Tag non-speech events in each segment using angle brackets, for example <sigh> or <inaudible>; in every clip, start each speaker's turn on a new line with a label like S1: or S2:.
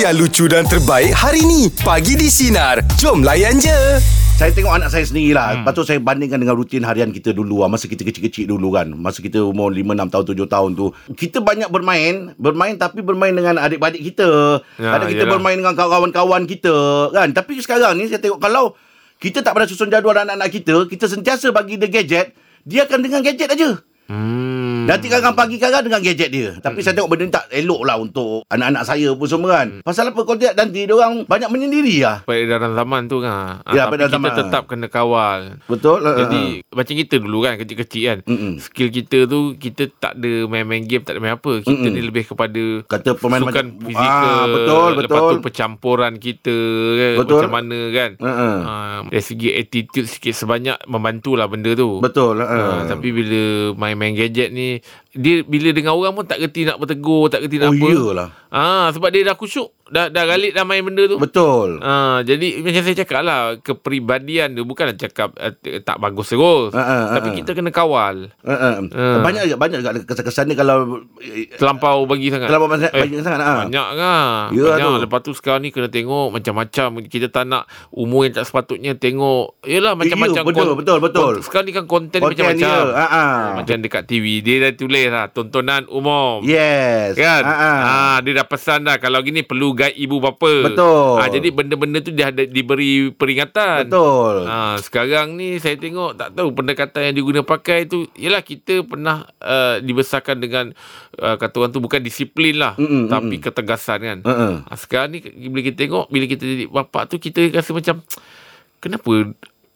S1: yang lucu dan terbaik hari ni. Pagi di Sinar. Jom layan je.
S2: Saya tengok anak saya sendiri lah. Hmm. Lepas tu saya bandingkan dengan rutin harian kita dulu lah. Masa kita kecil-kecil dulu kan. Masa kita umur 5, 6 tahun, 7 tahun tu. Kita banyak bermain. Bermain tapi bermain dengan adik-adik kita. Ya,
S3: Ya,
S2: Kadang kita
S3: yelah.
S2: bermain dengan kawan-kawan kita. Kan? Tapi sekarang ni saya tengok kalau kita tak pernah susun jadual anak-anak kita. Kita sentiasa bagi dia gadget. Dia akan dengan gadget aja. Hmm. Nanti kadang pagi kadang dengan gadget dia. Tapi hmm. saya tengok benda ni tak elok lah untuk anak-anak saya pun semua kan. Hmm. Pasal apa kalau tidak nanti dia orang banyak menyendiri lah.
S3: Peredaran zaman tu kan.
S2: Ya,
S3: Ya, tapi
S2: peredaran
S3: kita
S2: zaman.
S3: tetap kena kawal.
S2: Betul?
S3: Jadi macam kita dulu kan kecil-kecil kan.
S2: Mm-mm.
S3: Skill kita tu kita tak ada main-main game, tak ada main apa. Kita
S2: Mm-mm.
S3: ni lebih kepada
S2: Kata pemain
S3: sukan
S2: macam-
S3: fizikal.
S2: Ah, betul,
S3: Lepas
S2: betul.
S3: tu percampuran kita kan,
S2: Betul.
S3: macam mana kan.
S2: Uh-uh.
S3: Ah, dari segi attitude sikit sebanyak membantulah benda tu.
S2: Betul. Uh.
S3: Ha, tapi bila main-main gadget ni dia bila dengan orang pun tak kerti nak bertegur, tak kerti nak
S2: Oh,
S3: apa.
S2: iyalah.
S3: Ah ha, sebab dia dah kusuk, dah dah galit dah main benda tu.
S2: Betul.
S3: Ha, jadi macam saya cakap lah Kepribadian tu Bukanlah cakap uh, Tak bagus terus
S2: Ha, ha, ha,
S3: Tapi
S2: ha.
S3: kita kena kawal
S2: Uh, uh, uh.
S3: Ah.
S2: Banyak juga banyak juga kesan-kesan ni kalau
S3: Terlampau bagi sangat
S2: Terlampau banyak-
S3: Eh,
S2: banyak sangat, ha.
S3: Banyak kan
S2: Ya,
S3: Banyak
S2: tu.
S3: Lepas tu sekarang ni Kena tengok macam-macam Kita tak nak Umur yang tak sepatutnya Tengok Yelah macam-macam
S2: betul, betul, betul.
S3: kon- Sekarang ni kan konten,
S2: Konten
S3: macam-macam Ah,
S2: dia, ha, ha.
S3: Macam dekat TV Dia dah tulis lah Tontonan umum
S2: yes.
S3: Kan
S2: Ha, ha.
S3: ha, Dia dah pesan dah Kalau gini perlu guide ibu bapa
S2: Betul.
S3: ha, Jadi benda-benda tu Dia ada, diberi peringatan
S2: Betul.
S3: Ha, sekarang ni saya tengok tak tahu pendekatan yang diguna pakai tu ialah kita pernah uh, dibesarkan dengan uh, kata orang tu bukan disiplin lah
S2: Mm-mm,
S3: tapi ketegasan kan.
S2: Ha, ha.
S3: Ha, sekarang ni bila kita tengok bila kita jadi bapak tu kita rasa macam kenapa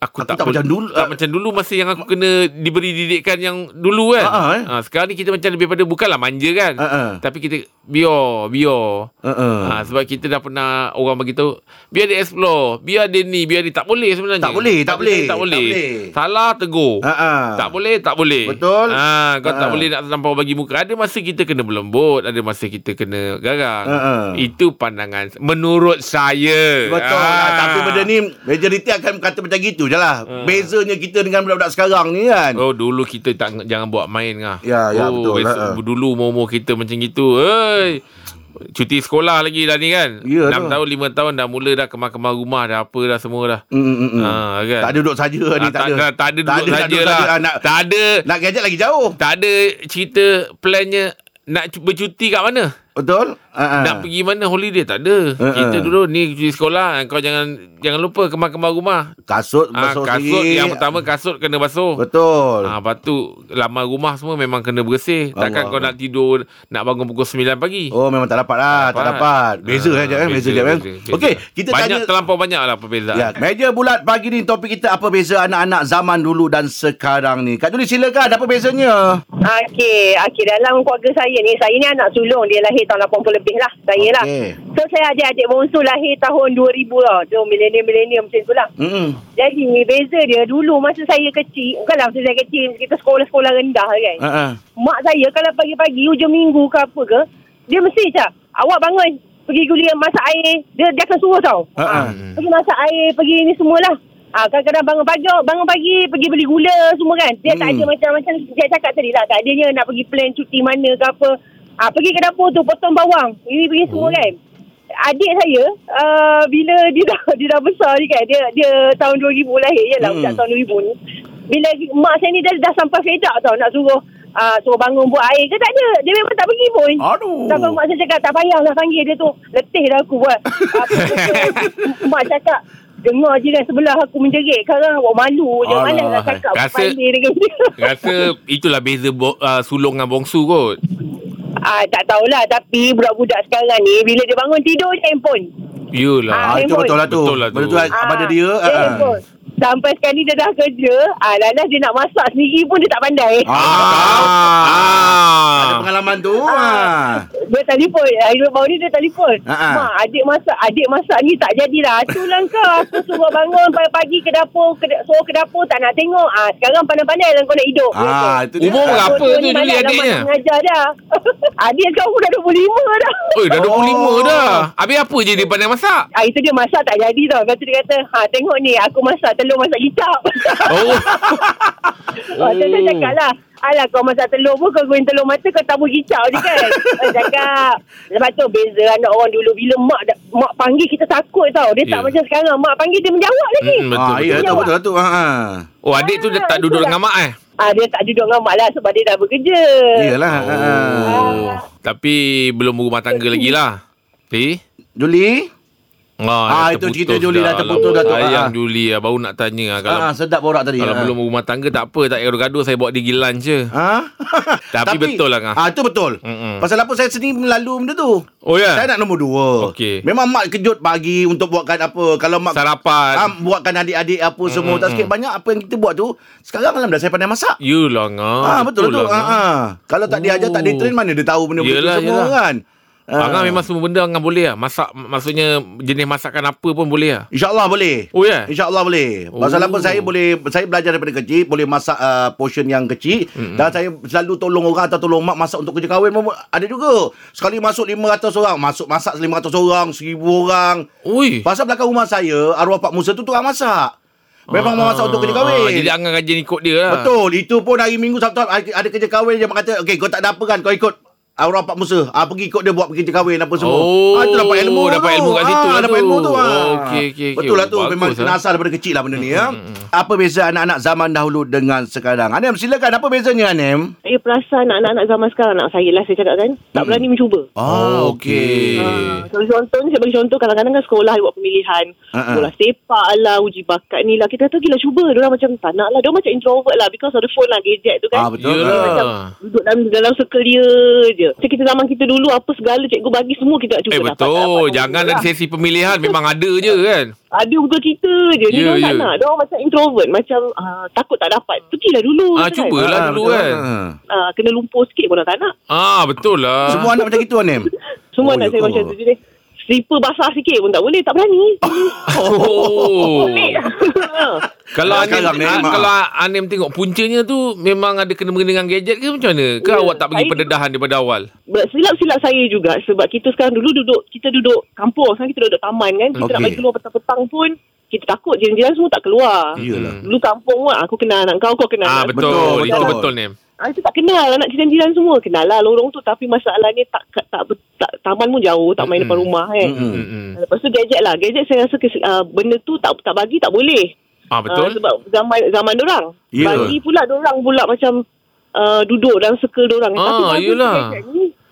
S3: aku,
S2: Aku tak
S3: per-
S2: macam dulu-
S3: tak macam dulu masa yang aku kena diberi didikan yang dulu kan.
S2: Ha, ha, eh.
S3: ha, sekarang ni kita macam lebih pada bukanlah manja kan
S2: Ha, ha.
S3: tapi kita biar biar
S2: Ha, ha.
S3: Ha, sebab kita dah pernah orang bagi tahu biar dia explore, biar dia ni, biar dia tak boleh sebenarnya.
S2: Tak boleh, tak boleh,
S3: tak boleh.
S2: tak boleh.
S3: Salah tegur.
S2: Ha, ha.
S3: Tak boleh, tak boleh.
S2: Betul.
S3: Ha, kau
S2: Ha.
S3: tak boleh nak terlampau bagi muka. Ada masa kita kena berlembut, ada masa kita kena garang.
S2: Ha, ha.
S3: Itu pandangan menurut saya.
S2: Betul
S3: Ha.
S2: lah. Tapi benda ni Majoriti akan kata macam gitu je lah Bezanya kita dengan budak-budak sekarang ni kan
S3: Ah. Oh dulu kita tak jangan buat main lah.
S2: Ya, ya,
S3: oh,
S2: betul lah,
S3: besok- Dulu umur-umur kita macam gitu. Hei. Cuti sekolah lagi dah ni kan.
S2: Ya,
S3: 6
S2: tu.
S3: tahun, 5 tahun dah mula dah kemar-kemar rumah dah apa dah semua dah.
S2: Mm, mm, mm.
S3: Ha, kan?
S2: Tak ada duduk saja ni
S3: Ah, tak, ada. tak ada duduk
S2: tak
S3: saja
S2: duduk
S3: lah.
S2: Ah, Nak,
S3: tak ada
S2: nak gadget lagi jauh
S3: tak ada cerita plannya nak cu- bercuti kat mana?
S2: Betul? Ha, ha.
S3: Nak pergi mana holiday tak ada.
S2: Ha, ha.
S3: Kita dulu ni cuti sekolah kau jangan jangan lupa kemar-kemar rumah.
S2: Kasut
S3: Ah,
S2: basuh
S3: kasut
S2: sendiri.
S3: yang pertama kasut kena basuh.
S2: Betul
S3: Ah, lepas tu laman rumah semua memang kena bersih.
S2: Allah.
S3: Takkan kau nak tidur nak bangun pukul 9 pagi.
S2: Oh memang tak dapat lah Tak dapat Beza
S3: Ah,
S2: kan Jack, kan Beza je kan Okey Kita
S3: banyak
S2: tanya
S3: terlampau banyak lah perbezaan.
S2: Ya, meja bulat pagi ni topik kita apa beza anak-anak zaman dulu dan sekarang ni. Kak Juli silakan apa bezanya?
S4: Okey, okey dalam keluarga saya ni, saya ni anak sulung, dia lahir tahun 80 lebih lah, saya lah.
S2: Okey.
S4: So saya adik-adik bongsu lahir tahun 2000 lah, tu milenium-milenium macam tu lah.
S2: Hmm.
S4: Jadi beza dia dulu masa saya kecil, bukanlah masa saya kecil, kita sekolah-sekolah rendah kan.
S2: Ha ah.
S4: Mak saya kalau pagi-pagi hujung minggu ke apa ke, dia mesti cak, awak bangun, pergi kuliah masak air, dia, dia akan suruh tau.
S2: Ha ah.
S4: Hmm. Pergi masak air, pergi ni semualah. Ah, kadang-kadang bangun pagi, awak bangun pagi, pergi beli gula semua kan. Dia tak
S2: Hmm.
S4: ada macam-macam dia cakap tadi lah. Tak adanya nak pergi plan cuti mana ke apa. Ah, pergi ke dapur tu, potong bawang. Ini pergi
S2: Oh.
S4: semua kan. Adik saya, uh, bila dia dah, dia dah besar ni kan, dia, dia tahun 2000 lahir je lah,
S2: Hmm.
S4: budak tahun 2000 ni. Bila mak saya ni dah, dah sampai fed up tau, nak suruh uh, suruh bangun buat air ke tak ada. Dia memang tak pergi pun.
S2: Aduh.
S4: Sampai mak saya cakap tak payahlah panggil dia tu. Letih dah aku buat. Apa
S2: <laughs>
S4: tu? mak cakap dengar je kan sebelah aku menjerit. Sekarang awak malu je.
S2: Alah,
S4: Malas lah cakap awak
S3: rasa-
S4: pandai dengan dia.
S2: <laughs>
S3: Rasa <laughs> itulah beza bo- uh, sulung dengan bongsu kot.
S4: ah, tak tahulah tapi budak-budak sekarang ni bila dia bangun tidur je handphone.
S2: Ah,
S3: Yelah.
S2: itu betul lah tu.
S3: Betul lah tu.
S2: Betul lah
S4: Ah,
S2: pada dia.
S4: Dia
S2: ah.
S4: handphone. Sampai sekarang ni dia dah kerja. Ah, lalas dia nak masak sendiri pun dia tak pandai.
S2: Ah. Ada
S3: Ah.
S2: pengalaman tu. Ah.
S4: Dia telefon Hari baru ni dia telefon
S2: Ha, ha.
S4: Mak adik masak Adik masak ni tak jadilah Itulah kau Aku suruh bangun Pagi-pagi ke dapur ke, Suruh ke dapur Tak nak tengok ah, Sekarang pandai-pandai lah Kau nak hidup
S2: Ah, itu dia.
S3: Umur berapa
S4: Dua-dua
S3: tu
S4: ni
S3: Juli
S4: malas lah
S3: adiknya?
S4: mak nak Mengajar dah <laughs> Adik sekarang pun dah 25 dah
S3: Oi, dah 25
S2: Oh.
S3: dah. Habis apa je dia pandai masak?
S4: Ah, itu dia masak tak jadi tau. Lepas tu dia kata, ha, tengok ni aku masak telur telur masak kicap. <laughs>
S2: <laughs>
S3: Oh.
S4: Oh. Tu saya cakap lah. Alah kau masak telur pun kau goreng telur mata kau tabur kicau je kan.
S3: <laughs>
S4: Saya cakap. Lepas tu beza anak orang dulu bila mak da- mak panggil kita takut tau. Dia yeah. tak
S3: Ya.
S4: macam sekarang mak panggil dia menjawab lagi.
S3: Mm,
S4: Mm.
S3: betul.
S2: Ah, ya,
S3: betul.
S2: tu betul tu. Ha. ha.
S3: Oh, adik tu dia
S4: Ah,
S3: tak duduk
S4: itulah.
S3: dengan mak eh.
S4: Ah dia tak duduk dengan mak lah sebab dia dah bekerja.
S2: Iyalah. Ha.
S3: Oh. Tapi belum berumah tangga lagi lah. Li?
S2: Juli? Ah,
S3: Ah,
S2: itu cerita Juli dah terputus,
S3: Alamak,
S2: Datuk.
S3: Sayang
S2: Ah.
S3: Juli lah. Baru nak tanya lah. Kalau,
S2: Ha, sedap borak tadi.
S3: kalau
S2: ha.
S3: belum berumah tangga tak apa. Tak payah gaduh-gaduh. Saya bawa dia pergi lunch je.
S2: Ha?
S3: <laughs> Tapi betul lah, Ngah.
S2: Ah, itu betul.
S3: Mm-mm.
S2: Pasal apa saya sendiri melalui benda tu.
S3: Oh, ya?
S2: Saya nak nombor dua.
S3: Okey.
S2: Memang mak kejut pagi untuk buatkan apa. Kalau mak
S3: Sarapan.
S2: Ah, buatkan adik-adik apa semua. Tak sikit banyak apa yang kita buat tu. Sekarang alhamdulillah saya pandai masak.
S3: Yelah, Ngah.
S2: Ah, betul, betul tu.
S3: Ngah.
S2: Ah, ah. Kalau tak diajar, tak
S3: lah, Oh.
S2: ditrain mana dia tahu benda-benda
S3: Yelah,
S2: tu semua
S3: yelah.
S2: kan. Ah.
S3: Angah memang semua benda Angah boleh lah. Masak, maksudnya jenis masakan apa pun boleh lah.
S2: InsyaAllah boleh.
S3: Oh, ya?
S2: InsyaAllah boleh.
S3: Oh.
S2: Pasal apa saya boleh, saya belajar daripada kecil, boleh masak uh, portion yang kecil. Mm-hmm. Dan saya selalu tolong orang atau tolong mak masak untuk kerja kahwin pun ada juga. Sekali masuk 500 orang, masuk masak 500 orang, 1000 orang.
S3: Ui.
S2: Pasal belakang rumah saya, arwah Pak Musa tu tukang masak. Memang
S3: Ah,
S2: mau masak untuk kerja kahwin.
S3: ah, Jadi Angah rajin ikut dia lah.
S2: Betul. Itu pun hari Minggu Sabtu ada ada kerja kahwin dia kata, "Okey, kau tak ada apa kan? Kau ikut Aura Pak Musa. Ah pergi ikut dia buat kerja kahwin apa semua."
S3: Oh,
S2: ah, tu dapat ilmu. tu.
S3: dapat ilmu kat situ
S2: ah,
S3: lah
S2: dapat
S3: tu.
S2: ilmu tu. Ah.
S3: Oh, okey, okey, okey.
S2: Betul lah tu.
S3: Bagus Hmm,
S2: Memang
S3: lah.
S2: kena asal daripada kecil lah benda ni ya. Apa beza anak-anak zaman dahulu dengan sekarang? Anem silakan apa bezanya Anem?
S4: Saya perasan anak-anak zaman sekarang anak saya lah saya cakap kan. Tak
S3: Mm.
S4: berani mencuba.
S2: Ah,
S3: okey.
S4: Ah, kalau contoh ni saya bagi contoh kadang-kadang kan sekolah buat pemilihan
S2: Ha-ha.
S3: Ah,
S4: uh-huh. sekolah sepak lah uji bakat ni lah kita kata gila cuba dia macam tak nak lah dia macam introvert lah because of the phone lah gadget tu
S2: Ah,
S4: kan
S2: betul.
S3: Yelah.
S2: Ah.
S4: macam duduk dalam dalam circle dia je macam kita zaman kita dulu apa segala cikgu bagi semua kita nak cuba
S3: Eh
S4: dapat,
S3: betul.
S4: tak dapat,
S3: Jangan
S4: tak
S3: ada
S4: dapat.
S3: sesi pemilihan memang ada je kan.
S4: ada bukan kita je dia
S3: Ya,
S4: yeah, tak
S3: ya.
S4: nak dia orang macam introvert macam ah, takut tak dapat pergilah dulu
S3: Ah,
S4: je
S3: cuba.
S4: kan.
S3: Yelah,
S2: Ah,
S3: dulu
S2: betul.
S3: kan.
S2: Ah.
S4: Ah, kena lumpuh sikit pun orang tak nak
S3: Ah betul lah.
S2: Semua anak macam itu Anem.
S4: semua
S2: Oh,
S4: nak
S2: ya
S4: saya
S2: ke?
S4: macam tu je deh. Slipper basah sikit pun tak boleh tak berani
S3: Oh. Kalau
S2: Ah,
S3: Anim,
S2: sekarang ni,
S3: ah,
S2: Mak.
S3: kalau Anim tengok puncanya tu memang ada kena mengena dengan gadget ke macam mana? Ke
S4: Ya,
S3: awak tak pergi
S4: saya-
S3: pendedahan daripada awal?
S4: <laughs> Ber- silap-silap saya juga sebab kita sekarang dulu duduk kita duduk kampung sekarang kita duduk taman kan kita okay. nak
S2: Okey.
S4: balik keluar petang-petang pun kita takut jiran-jiran semua tak keluar
S2: Iyalah.
S4: dulu kampung pun aku kenal anak kau kau kenal
S3: Hmm. Ah
S4: anak
S3: betul.
S2: betul,
S3: Itu
S2: betul.
S3: betul ni.
S4: ah, itu tak kenal anak jiran-jiran semua kenal lah lorong tu tapi masalahnya tak tak, tak, ber- tak taman pun jauh tak main
S3: Mm-mm.
S4: depan rumah kan
S2: Mm-mm.
S3: Mm-mm.
S4: Lepas tu gadget lah. Gadget saya rasa kes, uh, benda tu tak tak bagi tak boleh.
S3: Ah betul.
S4: Ah, sebab zaman zaman orang.
S2: Ya.
S4: Bagi pula orang pula macam uh, duduk dalam circle orang.
S3: Ah, yelah.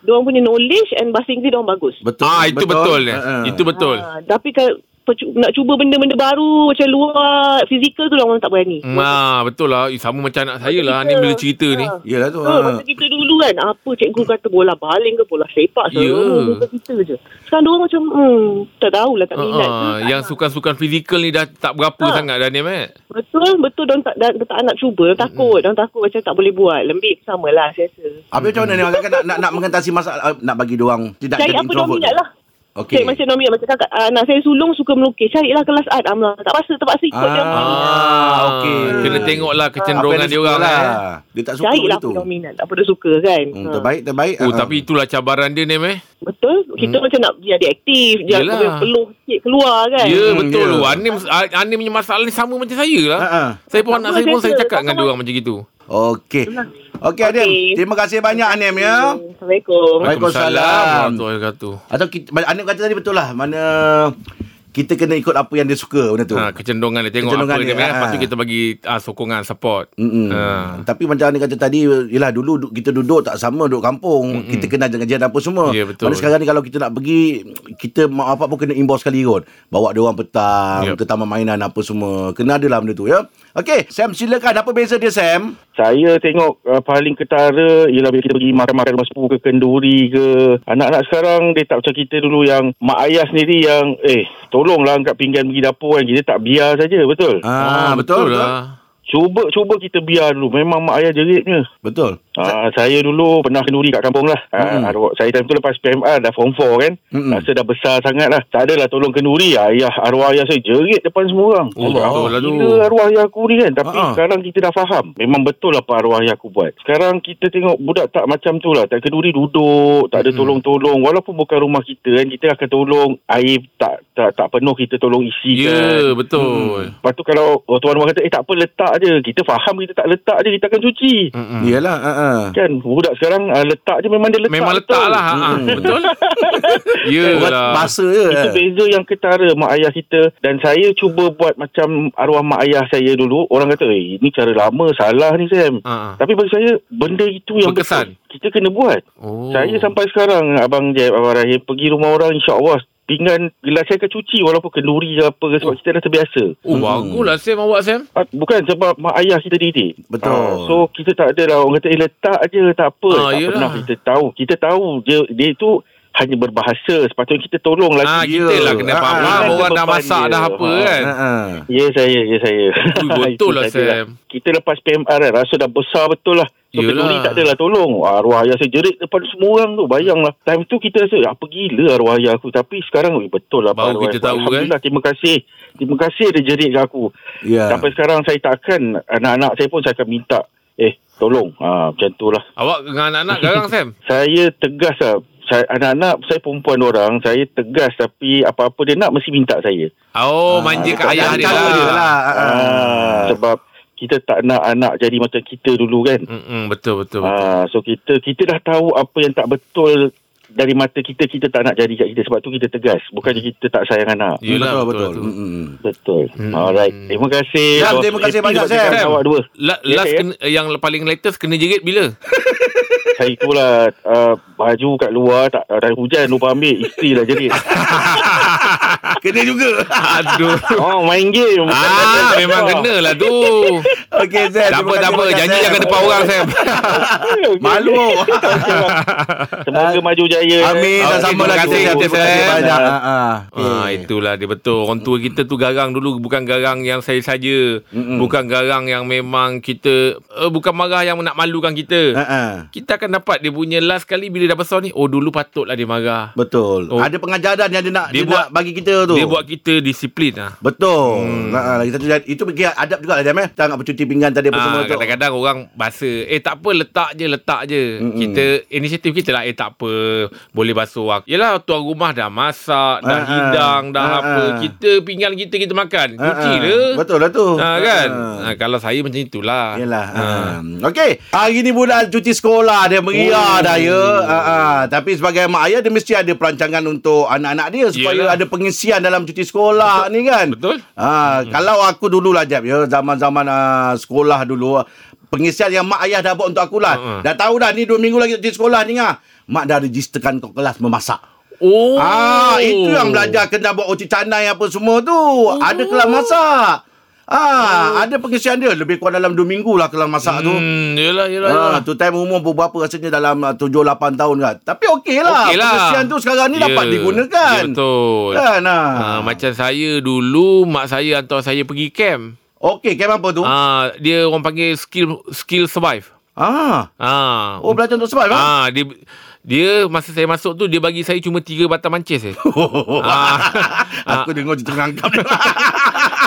S4: Diorang punya knowledge and bahasa Inggeris diorang bagus.
S2: Betul.
S3: Ah itu betul ni.
S2: Ah, ah.
S3: Itu betul.
S4: Ah, tapi kalau percu- nak cuba benda-benda baru macam luar fizikal tu orang tak berani.
S3: Ah betul lah. Eh, sama macam anak saya lah Anim bila cerita ni.
S4: Ah.
S2: Iyalah tu.
S4: Ha,
S2: ah.
S4: masa kita dulu kan Apa cikgu kata Bola baling ke Bola sepak
S3: Ya.
S4: yeah. kita je Sekarang diorang macam hmm, Tak tahulah tak minat ke,
S3: Ah,
S4: tak
S3: yang
S4: nak.
S3: sukan-sukan fizikal ni dah tak berapa
S4: Ah.
S3: sangat dah Anim eh.
S4: Betul, betul. Diorang tak, diorang tak nak cuba. Diorang takut. Diorang takut macam tak boleh buat. Lembik sama lah saya rasa.
S2: Habis macam mana ni Angkat nak, nak, nak mengatasi masalah eh, Nak bagi diorang Tidak
S4: Cari apa diorang minat lah.
S2: Okey.
S4: Okay. Cari macam diorang minat. Macam kakak, ah, anak saya sulung suka melukis. Carilah kelas art. Amla. Tak pasal, terpaksa ikut dia.
S2: Ah, okey.
S3: Kena tengoklah
S2: Apa
S3: kecenderungan
S2: yang
S3: dia orang
S2: suka
S3: lah.
S2: Dia tak suka
S4: Carilah
S2: Carilah
S4: apa
S2: itu
S4: diorang lah minat. Apa dia suka kan.
S2: hmm,
S4: Ha.
S2: Terbaik terbaik
S3: Oh
S2: Ah.
S3: tapi itulah cabaran dia Anim eh.
S4: Betul. Kita macam nak jadi aktif.
S3: Hmm. Yelah.
S4: Jangan peluh sikit keluar kan.
S3: Ya
S2: Hmm,
S3: betul
S2: ya.
S3: yeah. Anim ah, Anim punya masalah ni sama macam saya lah.
S2: Ha, ha.
S3: Saya pun anak
S4: Sama
S3: saya pun
S4: macam
S3: saya
S4: tu.
S3: cakap dengan
S4: Sama.
S3: dia orang macam gitu.
S2: Okey Okey Anem
S4: Okey.
S2: Terima kasih banyak Anem ya
S4: Hmm, Assalamualaikum.
S2: Waalaikumsalam.
S3: Warahmatullahi wabarakatuh.
S2: Atau kita, Anem kata tadi betul lah Mana Kita kena ikut apa yang dia suka Benda tu
S3: Ha, kecenderungan dia tengok
S2: Kecenderungan
S3: apa dia,
S2: dia,
S3: dia
S2: ha.
S3: Lepas tu kita bagi ha, sokongan, support.
S2: Mm-mm.
S3: Ha.
S2: Tapi macam Anik kata tadi Yelah dulu du- kita duduk tak sama Duduk kampung Kita kena jangan-jangan apa semua
S3: Ya, betul.
S2: Mana sekarang ni kalau kita nak pergi Kita mak apa pun kena imbau sekali kot Bawa dia orang petang
S3: Yep.
S2: Ke taman mainan apa semua Kena adalah benda tu ya Okay Sam silakan Apa beza dia Sam?
S5: Saya tengok uh, paling ketara ialah bila kita pergi makan-makan rumah sepupu ke kenduri ke. Anak-anak sekarang dia tak macam kita dulu yang mak ayah sendiri yang eh tolonglah angkat pinggan pergi dapur kan kita tak biar saja betul. Ha?
S2: Ah, betul, betul
S3: lah.
S5: Cuba cuba kita biar dulu memang mak ayah jeritnya.
S2: Betul.
S5: Ha, saya dulu pernah kenduri kat kampung lah. Ha, arwah, saya time tu lepas PMR dah form 4 kan.
S2: Mm-mm.
S5: Rasa dah besar sangat lah. Tak adalah tolong kenduri. Ayah, arwah ayah saya jerit depan semua orang.
S3: Oh,
S5: Allah,
S3: betul lah tu.
S5: gila arwah ayah aku ni kan. Tapi
S2: Ha-ha.
S5: sekarang kita dah faham. Memang betul apa arwah ayah aku buat. Sekarang kita tengok budak tak macam tu lah. Tak kenduri duduk. Tak ada tolong-tolong. Walaupun bukan rumah kita kan. Kita akan tolong. Air tak tak tak penuh kita tolong isi kan.
S3: Ya, yeah, betul.
S5: Lepas tu kalau oh, tuan rumah kata eh tak apa letak je. Kita faham kita tak letak je kita akan cuci.
S3: Hmm. Yeah.
S2: Yalah, ha ah.
S5: Kan budak sekarang uh, letak je memang dia letak.
S3: Memang
S5: betul.
S3: letak lah. Ha,
S2: <laughs>
S3: betul? Yelah.
S2: Bahasa je.
S5: Itu beza yang ketara mak ayah kita dan saya cuba buat macam arwah mak ayah saya dulu. Orang kata, "Eh, ini cara lama, salah ni Sam."
S3: Ha.
S5: Tapi bagi saya benda itu yang
S3: Berkesan.
S5: betul. Kita kena buat.
S3: Oh.
S5: Oh. Saya sampai sekarang abang Jeb, abang Rahim pergi rumah orang insya-Allah pinggan gelas saya akan cuci walaupun kenduri ke apa ke sebab kita dah terbiasa.
S3: Oh, baguslah Sam awak Sam.
S5: Ah, Bukan sebab mak ayah kita didik.
S2: Betul.
S5: Ah, so kita tak adalah orang kata eh letak je tak apa.
S3: Ah,
S5: tak
S3: yelah.
S5: pernah kita tahu. Kita tahu dia dia itu hanya berbahasa. Sepatutnya kita tolong lagi.
S3: Ah, kita
S5: dia.
S3: lah kena
S2: Ah,
S3: faham.
S5: kan
S3: orang dah
S5: beban
S3: masak
S5: dia.
S3: dah apa
S5: Ah.
S3: kan.
S2: Ha ah.
S5: Ya saya, ya saya.
S3: Ui, betul lah,
S5: <laughs> Itu sajalah.
S3: Sam.
S5: Kita lepas PMR kan, rasa dah besar betul lah. So
S3: Yelah.
S5: kenduri tak adalah tolong. Ah, Arwah ayah saya jerit depan semua orang tu. Bayanglah. Time tu kita rasa apa gila arwah ayah aku. Tapi sekarang eh, betul lah.
S3: Baru
S5: arwah
S3: kita
S5: aku.
S3: tahu, kan?
S5: Alhamdulillah terima kasih. Terima kasih dia jerit ke aku.
S2: Ya.
S5: Sampai sekarang saya takkan anak-anak saya pun saya akan minta eh tolong. Ha, macam tu lah.
S3: Awak dengan anak-anak garang
S2: <laughs>
S3: Sam.
S5: Saya tegas lah. Saya, anak-anak saya perempuan orang saya tegas tapi apa-apa dia nak mesti minta saya.
S3: Oh, manja kat
S5: tak
S3: ayah
S5: ada
S3: dia
S5: cara
S2: Ha, dia
S3: lah.
S2: lah. Ha
S5: Ah. Sebab kita tak nak anak jadi macam kita dulu kan.
S3: Mm-mm, betul, betul.
S2: Ha.
S3: betul.
S5: Ah, so kita kita dah tahu apa yang tak betul dari mata kita kita tak nak jadi kat kita sebab tu kita tegas bukannya kita tak sayang anak.
S3: Yelah,
S2: Betul betul.
S3: betul. betul.
S2: Hmm.
S5: Betul.
S3: Hmm.
S5: Hmm. Alright. Terima kasih.
S2: Ya,
S5: Abang
S2: terima kasih
S5: Happy
S2: banyak,
S5: sebab kita
S3: Sam.
S5: Awak dua.
S3: La,
S5: Ya,
S3: last
S5: saya.
S3: kena, yang paling latest kena jerit
S2: <laughs>
S3: bila?
S5: Saya itulah uh, baju kat luar tak ada hujan lupa ambil isteri dah
S2: <laughs>
S5: jadi.
S2: Ah, Kena juga. <laughs>
S3: Aduh.
S5: Oh main game.
S3: ah, memang
S5: <laughs>
S3: kena lah tu.
S2: Okey Zed.
S3: Tak apa,
S2: terima
S3: tak
S2: kasih
S3: apa.
S2: banyak,
S3: Janji
S2: Zed.
S3: jangan depan orang, Sam.
S2: <laughs> Malu.
S3: <laughs>
S5: Semoga maju jaya.
S2: Amin.
S3: Okey,
S2: Dah sama
S3: terima
S2: lagi.
S3: kasih,
S2: Terima
S3: Zed.
S2: kasih banyak. Ha
S3: Ah, itulah dia betul. Orang tua kita tu garang dulu bukan garang yang saya saja.
S2: Mm-mm.
S3: Bukan garang yang memang kita uh, bukan marah yang nak malukan kita.
S2: Ha ah.
S3: Kita akan dapat dia punya last kali bila dah besar ni, oh dulu patutlah dia marah.
S2: Betul.
S3: Oh.
S2: Ada pengajaran yang dia nak dia,
S3: Dia buat-
S2: nak bagi kita tu.
S3: Dia buat kita disiplin ah.
S2: Betul. Hmm. Ha, lagi satu jadi- itu pergi adab juga lah Jam eh. Tak nak bercuci pinggan tadi apa semua
S3: Ah,
S2: tu.
S3: kadang-kadang orang bahasa Eh tak apa letak je Letak je mm Kita Inisiatif kita lah Eh tak apa Boleh basuh orang Yelah tuan rumah dah masak Dah
S2: Ah, ah.
S3: hidang Dah
S2: Ah,
S3: apa
S2: ah.
S3: Kita pinggan kita Kita makan
S2: Ha,
S3: Cuci
S2: ha.
S3: je
S2: Betul lah tu.
S3: ha, kan Ah.
S2: Ha.
S3: ha. Kalau saya macam itulah
S2: Yelah ha. Okey Hari ni bulan cuti sekolah Dia meriah
S3: Oh.
S2: dah ya ha, ha. Tapi sebagai mak ayah Dia mesti ada perancangan Untuk anak-anak dia Supaya
S3: Yelah.
S2: ada pengisian Dalam cuti sekolah ni kan
S3: Betul.
S2: ha.
S3: Hmm.
S2: Kalau aku dulu lah Jeb ya Zaman-zaman uh, sekolah dulu Pengisian yang mak ayah dah buat untuk aku lah
S3: Ha, ha.
S2: Dah tahu dah ni dua minggu lagi cuti sekolah ni ah. Mak dah registerkan kau kelas memasak
S3: Oh
S2: Ah, itu
S3: Hmm,
S2: yang belajar kena buat uci canai apa semua tu. Oh. Ada kelas masak. Ah, oh. ada pengisian dia lebih kurang dalam 2 minggu lah kelas masak hmm. tu.
S3: hmm, Yelah yelah, yelah.
S2: Ah, tu time umur beberapa rasanya dalam 7 8 tahun kan. Tapi okey lah.
S3: Okey lah.
S2: Pengisian tu sekarang ni
S3: Ya.
S2: yeah. dapat digunakan.
S3: Ya, Betul
S2: Kan ah.
S3: Ah, macam saya dulu mak saya hantar saya pergi camp.
S2: Okey, camp apa tu? Ah.
S3: Ah, dia orang panggil skill skill survive. Ah,
S2: Oh, belajar untuk sebab <laughs> ah.
S3: Ah, dia dia masa saya masuk tu dia bagi saya cuma tiga batang mancis eh. ah,
S2: Oh, <laughs>
S3: <laughs>
S2: Aku dengar je terangkap dia.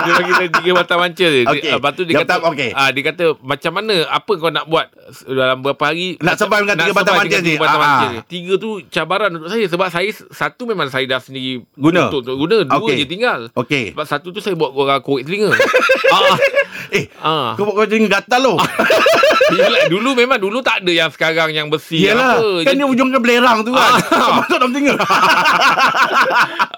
S3: dia bagi saya tiga batang mancis eh.
S2: Okey.
S3: Dia, lepas tu dia
S2: Jawab
S3: kata
S2: tak, okey.
S3: ah, dia kata macam mana apa kau nak buat dalam berapa hari
S2: Nak survive dengan tiga
S3: survive
S2: batang
S3: dengan
S2: mancis ni?
S3: Tiga
S2: Ah,
S3: batang mancis
S2: ah.
S3: ni. Tiga tu cabaran untuk saya sebab saya satu memang saya dah sendiri
S2: Guna.
S3: Untuk, untuk guna, dua
S2: Okey.
S3: je tinggal.
S2: Okey.
S3: Sebab satu tu saya buat orang korek telinga.
S2: <laughs>
S3: ah, ah.
S2: Eh,
S3: Ah.
S2: kau buat kau jadi gatal lo. <laughs>
S3: Yelah, dulu memang dulu tak ada yang sekarang yang besi yang
S2: Yalah,
S3: apa.
S2: kan
S3: Jadi-
S2: dia ujung ke belerang tu <laughs> kan. Masuk dalam
S3: <laughs>
S2: telinga.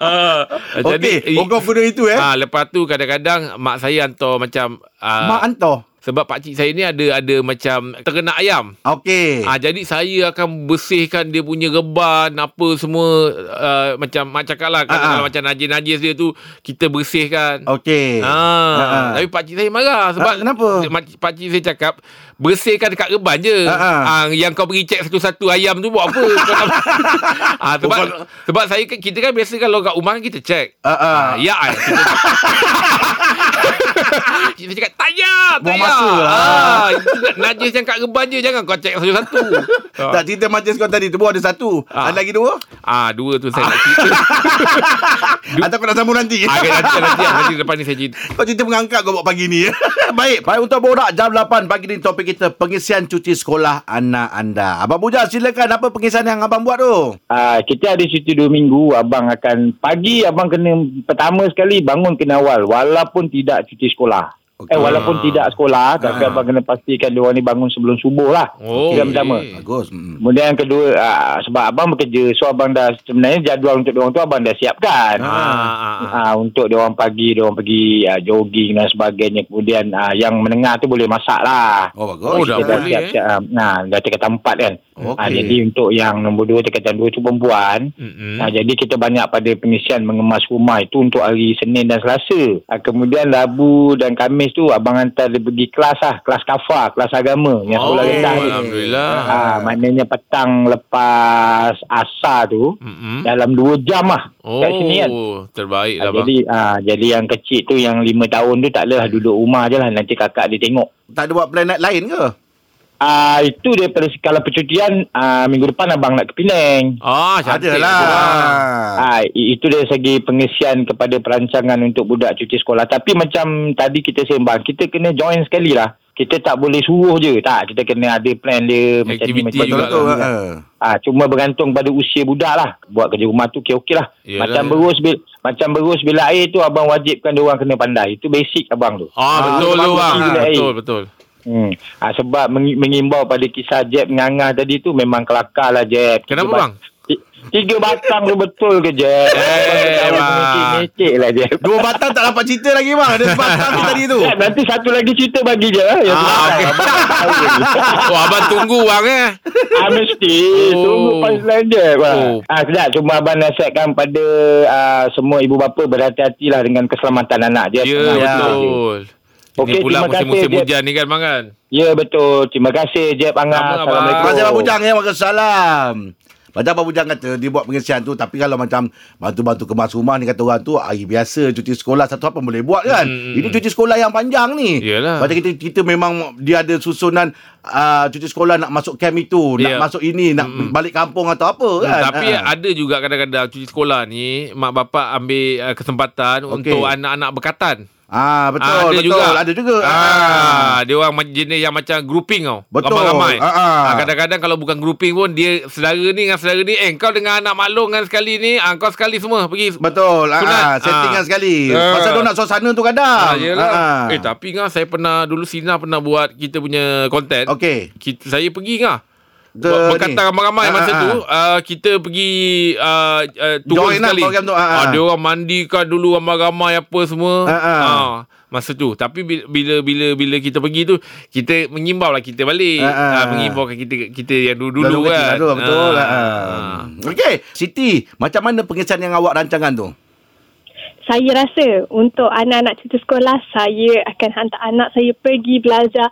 S3: Ah,
S2: Okey,
S3: eh,
S2: oh kau guna itu eh.
S3: Ah lepas tu kadang-kadang mak saya hantar macam ah,
S2: Mak Anto.
S3: sebab pak cik saya ni ada ada macam terkena ayam.
S2: Okey.
S3: Ah jadi saya akan bersihkan dia punya reban apa semua ah, macam mak cakap lah
S2: Ah, ah.
S3: kalau macam najis-najis dia tu kita bersihkan.
S2: Okey.
S3: Ah,
S2: Ah, ah.
S3: tapi pak cik saya marah sebab
S2: Ah, kenapa?
S3: Pak cik saya cakap bersihkan dekat reban je.
S2: Ah, ah.
S3: Ah, yang kau pergi cek satu-satu ayam
S2: <laughs>
S3: tu buat apa? Kau nak- ah sebab kan sebab saya kan- kita kan biasa kalau kat rumah kan kita cek. <laughs>
S2: Ah, ah.
S3: Ah, ya, ah, kita, Kita cakap tak payah, tak
S2: Buang
S3: payah.
S2: masa lah.
S3: Ah, itu nak- najis yang kat reban je jangan kau cek satu-satu.
S2: Ah.
S3: ah.
S2: Tak cerita majlis kau tadi tu pun ada satu.
S3: Ah.
S2: Ada lagi dua?
S3: ah, dua tu saya nak
S2: <laughs>
S3: cerita.
S2: Atau kau nak sambung nanti?
S3: Ah, nanti nanti nanti lepas ni saya cerita.
S2: Kau cerita mengangkat kau buat pagi ni <laughs> Baik Baik untuk borak Jam 8 pagi ni topik kita Pengisian cuti sekolah anak anda Abang Buja silakan Apa pengisian yang abang buat tu
S5: Ah, kita ada cuti dua minggu. Abang akan pagi abang kena pertama sekali bangun kena awal walaupun tidak cuti sekolah.
S2: Okey.
S5: Okay. Eh walaupun tidak sekolah tapi
S2: Ah.
S5: abang kena pastikan dia orang ni bangun sebelum subuh lah.
S3: Oh,
S5: Itu yang pertama.
S2: Bagus mm.
S5: Kemudian yang kedua ah, sebab abang bekerja so abang dah sebenarnya jadual untuk dia orang tu abang dah siapkan.
S3: Ah, ah, ah.
S5: Ah, untuk dia orang pagi dia orang pergi ah, jogging dan sebagainya. Kemudian ah, yang menengah tu boleh masak lah.
S2: Oh bagus
S3: Oh, dah
S5: Kita dah
S3: boleh,
S5: siap-siap. ah, Nah, dah tingkatan empat kan.
S2: Okey.
S5: Ah, jadi untuk yang nombor dua tingkatan dua tu perempuan.
S3: ah. Mm-mm.
S5: Ha, jadi kita banyak pada pengisian mengemas rumah itu untuk hari Senin dan Selasa. Ha, kemudian Rabu dan Kamis tu abang hantar dia pergi kelas lah, kelas kafa, kelas agama yang
S3: Oh,
S5: sekolah rendah ni.
S3: Alhamdulillah.
S5: Ha, maknanya petang lepas asar tu
S3: Mm-mm.
S5: dalam 2 jam lah
S3: Oh,
S5: kat sini kan.
S3: terbaik
S5: Ha,
S3: lah bang.
S5: jadi ha, jadi yang kecil tu yang 5 tahun tu tak adalah duduk rumah je lah nanti kakak dia tengok.
S2: Tak ada buat plan lain ke
S5: Ah ha, itu daripada kalau percutian ah, minggu depan abang nak ke Penang.
S3: Ah, cantik.
S2: Adalah
S3: bang.
S5: Ah, i- itu dari segi pengisian kepada perancangan untuk budak cuti sekolah. Tapi macam tadi kita sembang, kita kena join sekali lah. Kita tak boleh suruh je. Tak, kita kena ada plan dia. macam ni,
S3: Aktiviti
S5: macam tu.
S2: Betul
S3: juga
S2: tu
S3: lah.
S2: ha.
S5: Ah, cuma bergantung pada usia budak lah. Buat kerja rumah tu okey-okey lah.
S3: Yalah,
S5: macam
S3: ya.
S5: berus bil, macam berus bila air tu abang wajibkan dia orang kena pandai. Itu basic abang tu.
S3: Ah, betul
S5: itu
S3: tu
S5: bagus
S3: bang.
S5: juga, eh.
S3: Betul, betul.
S5: Hmm. Ah, sebab mengi- mengimbau pada kisah Jeb mengangah tadi tu memang kelakar lah Jeb.
S3: Kenapa
S5: Tiga
S3: bang?
S5: Ti- Tiga batang tu betul ke je.
S3: Eh, bang.
S5: Mecik lah je.
S2: Dua batang tak dapat cerita lagi bang Ada batang tadi
S3: <laughs>
S2: tu
S5: Ya, nanti satu lagi cerita bagi je. Ya,
S3: Ah, okey. Oh, abang tunggu bang eh.
S5: ah, mesti.
S3: Oh.
S5: Tunggu punchline je. Bang.
S3: Oh.
S5: Ah, sedap. Cuma abang nasihatkan pada ah, semua ibu bapa berhati-hatilah dengan keselamatan anak dia.
S3: Ya, betul. Ini
S5: Okey,
S3: pula
S5: terima kasih,
S3: musim-musim
S5: Jeb.
S3: hujan ni kan bang kan?
S5: Ya, betul. Terima kasih, Jeb
S3: Sama,
S5: Angah.
S3: abang.
S5: Assalamualaikum.
S2: Terima kasih Abang Bujang ya Waalaikumsalam macam Abang Bujang kata Dia buat pengisian tu Tapi kalau macam Bantu-bantu kemas rumah ni Kata orang tu Hari biasa Cuti sekolah Satu apa boleh buat kan hmm.
S3: Hmm.
S2: Ini cuti sekolah yang panjang ni
S3: Yelah.
S2: Macam kita kita memang Dia ada susunan uh, Cuti sekolah nak masuk camp itu Nak
S3: Ya.
S2: masuk ini Nak balik kampung atau apa kan
S3: Hmm, tapi
S2: Ah.
S3: ada juga kadang-kadang cuti sekolah ni mak bapak ambil uh, kesempatan okay. untuk anak-anak berkatan.
S2: Ah betul
S3: Ah,
S2: betul ada juga.
S3: Ah, dia orang ma- jenis yang macam grouping tau.
S2: Betul.
S3: Ramai-ramai.
S2: Ah, ah.
S3: Ah, kadang-kadang kalau bukan grouping pun dia saudara ni dengan saudara ni, eh kau dengan anak maklum kan sekali ni, ah, kau sekali semua pergi.
S2: Betul.
S3: Sunat.
S2: Ah, settingan
S3: Ah.
S2: sekali.
S3: Ah.
S2: Pasal dia nak suasana tu kadang.
S3: Ah, yelah. Eh tapi ngah saya pernah dulu Sina pernah buat kita punya konten.
S2: Okey.
S3: Kita, saya pergi ngah.
S2: Ke
S3: Ber- berkata
S2: ni.
S3: ramai-ramai
S2: Ah,
S3: masa
S2: ah,
S3: tu uh, kita pergi uh, uh,
S2: Join
S3: turun
S2: lah
S3: sekali.
S2: program tu, ah, ah.
S3: Ah, dia orang mandikan dulu ramai-ramai apa semua.
S2: Ah, ah.
S3: Ah, masa tu. Tapi bi- bila bila bila kita pergi tu kita mengimbau lah kita balik.
S2: Ah, ah.
S3: Ah, mengimbaukan kita kita yang dulu-dulu
S2: Lalu kecil
S3: kan.
S2: lah tu, Betul.
S3: Ah,
S2: Ah.
S3: ah.
S2: Okey. Siti, macam mana pengisian yang awak rancangan tu?
S6: Saya rasa untuk anak-anak cuti sekolah, saya akan hantar anak saya pergi belajar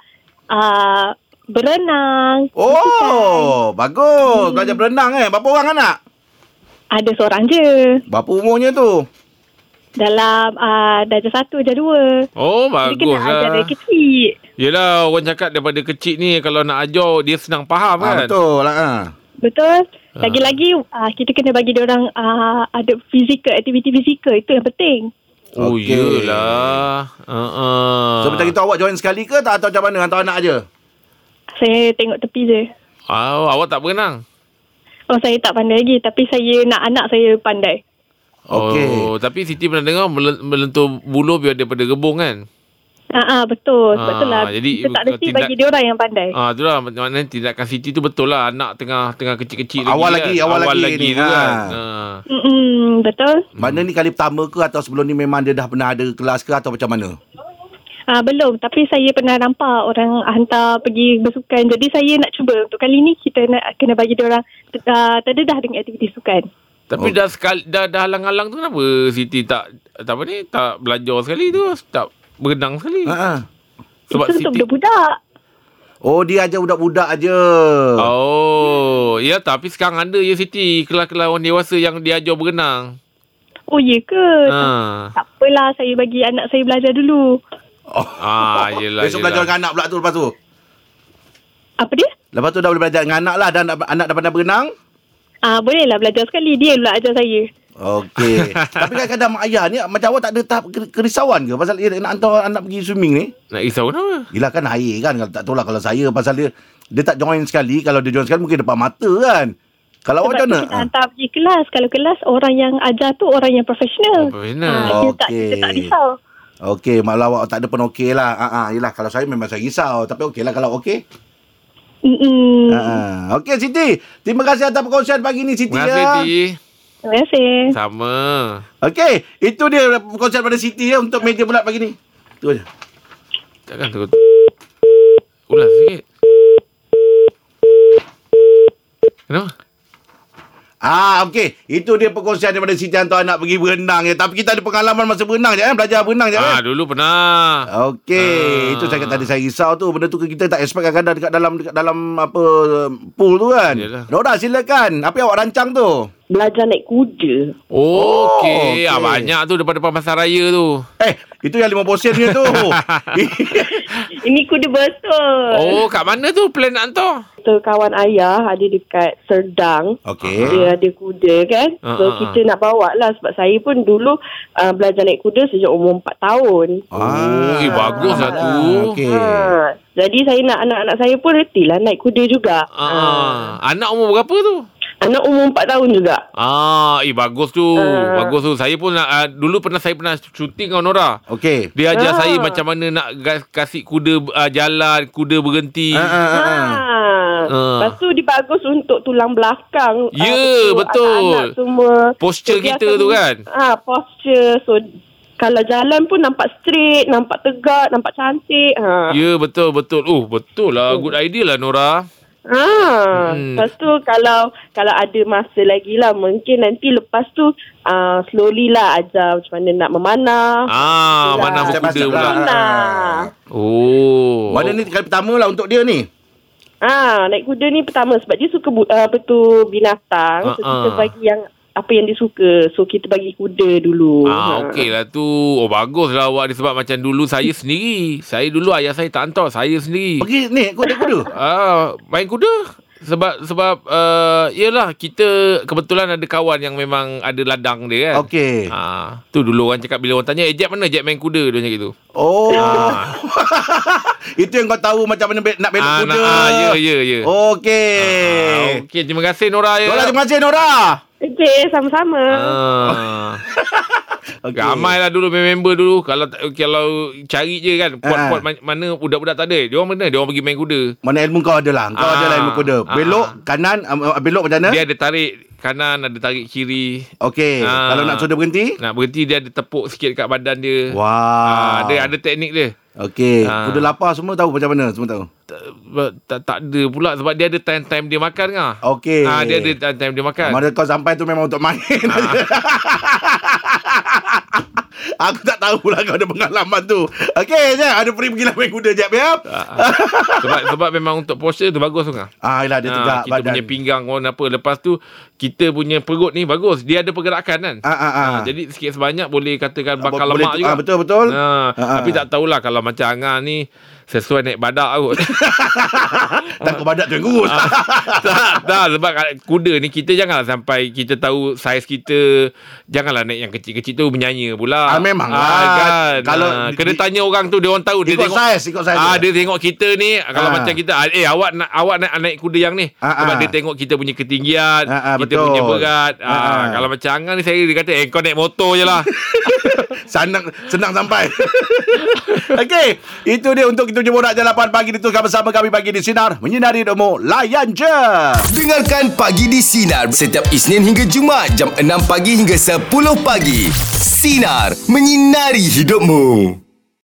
S6: uh, berenang.
S2: Oh, bagus. Belajar berenang eh. Berapa orang anak?
S6: Ada seorang je.
S2: Berapa umurnya tu?
S6: Dalam uh, darjah satu, darjah dua.
S3: Oh
S6: Jadi kena
S3: bagus
S6: ajar
S3: lah.
S6: dari kecil.
S3: Yelah orang cakap daripada kecil ni kalau nak ajar dia senang faham
S2: Ah,
S3: kan.
S2: betul. Ah.
S6: Betul.
S3: Ah.
S6: Lagi-lagi uh, kita kena bagi dia orang uh, ada fizikal, aktiviti fizikal. Itu yang penting.
S3: Oh
S2: Okey.
S3: yelah. Uh, uh.
S2: So, macam itu awak join sekali ke tak atau macam mana? Hantar anak je?
S3: Hmm.
S6: Saya tengok tepi je.
S3: Oh, awak tak berenang?
S6: Oh, saya tak pandai lagi. Tapi saya nak anak saya pandai.
S2: Okey.
S3: Oh, tapi Siti pernah dengar melen- melentur buluh biar daripada gebung kan?
S6: Ah, ah betul. Sebab
S3: Ah,
S6: tu lah.
S3: jadi
S6: Kita tak
S3: kalau
S6: mesti
S3: tindak-
S6: bagi dia orang yang pandai.
S3: Ah, tu lah maknanya tindakan Siti tu betul lah anak tengah tengah kecil-kecil
S2: Awal lagi,
S3: kan?
S2: awal lagi
S3: lagi
S2: ni,
S3: tu
S2: ha.
S3: kan.
S6: Mm-mm, betul.
S2: Mana ni kali pertama ke atau sebelum ni memang dia dah pernah ada kelas ke atau macam mana?
S6: Ah, belum. Tapi saya pernah nampak orang hantar pergi bersukan. Jadi saya nak cuba. Untuk kali ni kita nak kena bagi dia orang uh, terdedah dengan aktiviti sukan.
S3: Tapi
S2: Oh.
S3: dah sekali dah dah halang-halang tu kenapa Siti tak tak apa ni tak belajar sekali tu tak berenang sekali.
S2: Ha ah.
S3: Sebab
S6: Itu untuk
S3: Siti
S6: budak-budak.
S2: Oh, dia ajar budak-budak aje.
S3: Oh, ya tapi sekarang ada ya Siti kelas-kelas orang dewasa yang diajar berenang.
S6: Oh ya ke?
S3: Ha.
S6: Tak apalah saya bagi anak saya belajar dulu.
S2: Oh.
S3: Ah, yelah,
S2: Besok belajar dengan anak pula tu lepas tu.
S6: Apa dia?
S2: Lepas tu dah boleh belajar dengan anak lah. Dan anak dah pandai berenang.
S6: Ah bolehlah belajar sekali. Dia pula ajar saya.
S2: Okey. Tapi kadang-kadang mak ayah ni macam awak tak ada tahap ker- kerisauan ke pasal dia nak hantar anak pergi swimming ni?
S3: Nak risau kenapa?
S2: Yelah kan air kan kalau tak tahu lah kalau saya pasal dia dia tak join sekali kalau dia join sekali mungkin depan mata kan. Kalau awak macam
S6: Sebab tu
S2: mana?
S6: kita
S2: Ah.
S6: hantar pergi kelas. Kalau kelas orang yang ajar tu orang yang
S3: Oh,
S6: profesional.
S3: profesional.
S2: Ha.
S6: Ah, dia, tak, dia tak
S2: Okey.
S6: risau.
S2: Okey, malah awak tak ada pun okey lah. Ah ah, yelah kalau saya memang saya risau tapi okey lah kalau okey.
S6: Mm-mm.
S2: Ah, ah. okey Siti. Terima kasih atas perkongsian pagi ni Siti
S3: Terima kasih,
S2: ya.
S3: Di.
S6: Terima kasih.
S3: Sama.
S2: Okey, itu dia perkongsian pada Siti ya untuk meja bulat pagi ni. Tu aja.
S3: Jangan terus. Ulas sikit. Kenapa?
S2: Ah, okey. Itu dia perkongsian daripada Siti hantar anak pergi berenang ya. Tapi kita ada pengalaman masa berenang je eh, belajar berenang je
S3: Ah,
S2: eh.
S3: dulu pernah.
S2: Okey,
S3: Ah.
S2: itu saya kata tadi saya risau tu benda tu kita tak expect kadang-kadang dekat dalam dekat dalam apa pool tu kan.
S3: Yalah.
S2: Roda silakan. Apa yang awak rancang tu?
S4: Belajar naik kuda.
S3: Oh,
S2: okey.
S3: okey. Ah, banyak tu depan-depan pasar raya tu.
S2: Eh, itu yang 50 sen
S3: <laughs>
S2: punya tu. <laughs>
S4: Ini kuda betul.
S3: Oh, kat mana tu plan nak hantar?
S4: So, kawan ayah ada dekat Serdang.
S2: Okey.
S4: Dia ada kuda kan.
S3: Ah,
S4: so,
S3: ah,
S4: kita nak bawa lah. Sebab saya pun dulu uh, belajar naik kuda sejak umur 4 tahun.
S2: Ah,
S3: eh, bagus lah tu.
S2: Okey.
S4: Ha, jadi, saya nak anak-anak saya pun retilah naik kuda juga.
S3: Ah, anak umur berapa tu?
S4: Ha, anak umur 4 tahun juga.
S3: Ah, eh bagus tu.
S4: Ah.
S3: bagus tu. Saya pun nak, ah, dulu pernah saya pernah syuting dengan Nora.
S2: Okey.
S3: Dia ajar
S4: Ah.
S3: saya macam mana nak ga- kasih kuda ah, jalan, kuda berhenti.
S2: Ah, ah, ah, ah.
S4: Ha.
S3: Ah.
S4: Lepas tu dia bagus untuk tulang belakang.
S3: Ya,
S4: Ah, untuk
S3: betul.
S4: Anak-anak semua.
S3: Posture
S4: Dia
S3: kita
S4: biasa
S3: tu
S4: ni-
S3: kan?
S4: Ah, posture. So kalau jalan pun nampak straight, nampak tegak, nampak cantik. Ha.
S3: Ya, betul betul. Oh, betul lah. Good idea lah Nora.
S4: Ha.
S3: Hmm.
S4: Lepas tu kalau kalau ada masa lagi lah mungkin nanti lepas tu ah slowly lah ajar macam mana nak memanah.
S3: Ah,
S4: Betul
S3: mana
S4: lah.
S3: kuda
S2: Step by step
S3: pula.
S2: lah.
S4: Memanah.
S3: Oh.
S2: Mana ni kali pertama lah untuk dia ni.
S4: Ah, naik kuda ni pertama sebab dia suka bu- uh, apa tu binatang. So
S3: Ah,
S4: kita
S3: ah.
S4: bagi yang apa yang dia suka. So kita bagi kuda dulu.
S3: Ah, okey lah tu. Oh, bagus lah awak ni sebab macam dulu saya sendiri. Saya dulu ayah saya tak hantar, saya sendiri.
S2: Pergi ni kuda-kuda.
S3: Ah, main kuda. Sebab sebab uh, yelah kita kebetulan ada kawan yang memang ada ladang dia kan.
S2: Okey.
S3: Ah, tu dulu orang cakap bila orang tanya, "Eh, Jack mana? Jack main kuda." Dia macam gitu.
S2: Oh. <laughs> Itu yang kau tahu macam mana be- nak belok
S3: Ah,
S2: kuda.
S3: nak- ah, ya, ya, ya. Ah,
S2: Okey.
S3: okey, terima kasih Nora ya.
S2: Nora, terima kasih Nora.
S4: Ah. Okey, sama-sama.
S3: Ah.
S2: Okey.
S3: Ramai lah dulu member dulu kalau tak- kalau cari je kan
S2: Ah.
S3: kuat-kuat man- mana budak-budak tak ada. Dia orang mana? Dia orang pergi main kuda.
S2: Mana ilmu kau ada lah. Kau
S3: Ah.
S2: ada lah ilmu kuda. Belok, kanan, um, belok macam mana?
S3: Dia ada tarik kanan, ada tarik kiri.
S2: Okey.
S3: Ah.
S2: Kalau nak suruh dia berhenti?
S3: Nak berhenti dia ada tepuk sikit dekat badan dia.
S2: Wah.
S3: Ah, dia ada teknik dia.
S2: Okey.
S3: Ah.
S2: Kuda lapar semua tahu macam mana? Semua tahu.
S3: Tak, tak, tak ada pula sebab dia ada time-time dia makan kan.
S2: Okey.
S3: Ah, dia ada Ah. time-time dia makan.
S2: Mana kau sampai tu memang untuk main. <laughs> Aku tak tahulah kau ada pengalaman tu. Okey, Jap. Ada free pergi lah main kuda, Jap. Ya.
S3: Ah, ah. sebab sebab memang untuk posture tu bagus tu kan.
S2: Ah, yelah, dia tegak
S3: kita
S2: badan.
S3: punya pinggang orang apa lepas tu kita punya perut ni bagus dia ada pergerakan kan
S2: Ah, ah, ah.
S3: Ah, jadi sikit sebanyak boleh katakan
S2: Ah,
S3: bakar
S2: boleh
S3: lemak
S2: tu-
S3: juga
S2: ah, betul, betul.
S3: Ah,
S2: Ah, ah.
S3: tapi tak tahulah kalau macam Angah ni sesuai naik badak
S2: <laughs>
S3: kot
S2: Takut badak tuan guru.
S3: tak, tak sebab kat kuda ni kita janganlah sampai kita tahu saiz kita janganlah naik yang kecil-kecil tu menyanya pula
S2: Ah, memang
S3: Ah,
S2: lah.
S3: kan kalau
S2: Kalau
S3: kena
S2: di-
S3: tanya orang tu dia orang tahu dia
S2: Ikut
S3: tengok
S2: saiz, ikut saiz.
S3: Ah
S2: dia.
S3: dia tengok kita ni kalau
S2: Ah.
S3: macam kita ah, eh awak nak awak nak naik kuda yang ni
S2: Ah, ah.
S3: sebab dia tengok kita punya ketinggian
S2: Ah, ah,
S3: kita
S2: betul.
S3: punya berat ah,
S2: Ah, ah.
S3: kalau macam Angan ni saya dia kata eh kau naik motor je lah
S2: <laughs> <laughs> Senang senang sampai. <laughs> Okey, itu dia untuk kita jumpa jalan 8 pagi ditutupkan bersama kami pagi di sinar menyinari demo layan je.
S1: Dengarkan Pagi di Sinar setiap Isnin hingga Jumaat jam 6 pagi hingga 10 pagi. Sinar. Menyinari hidupmu.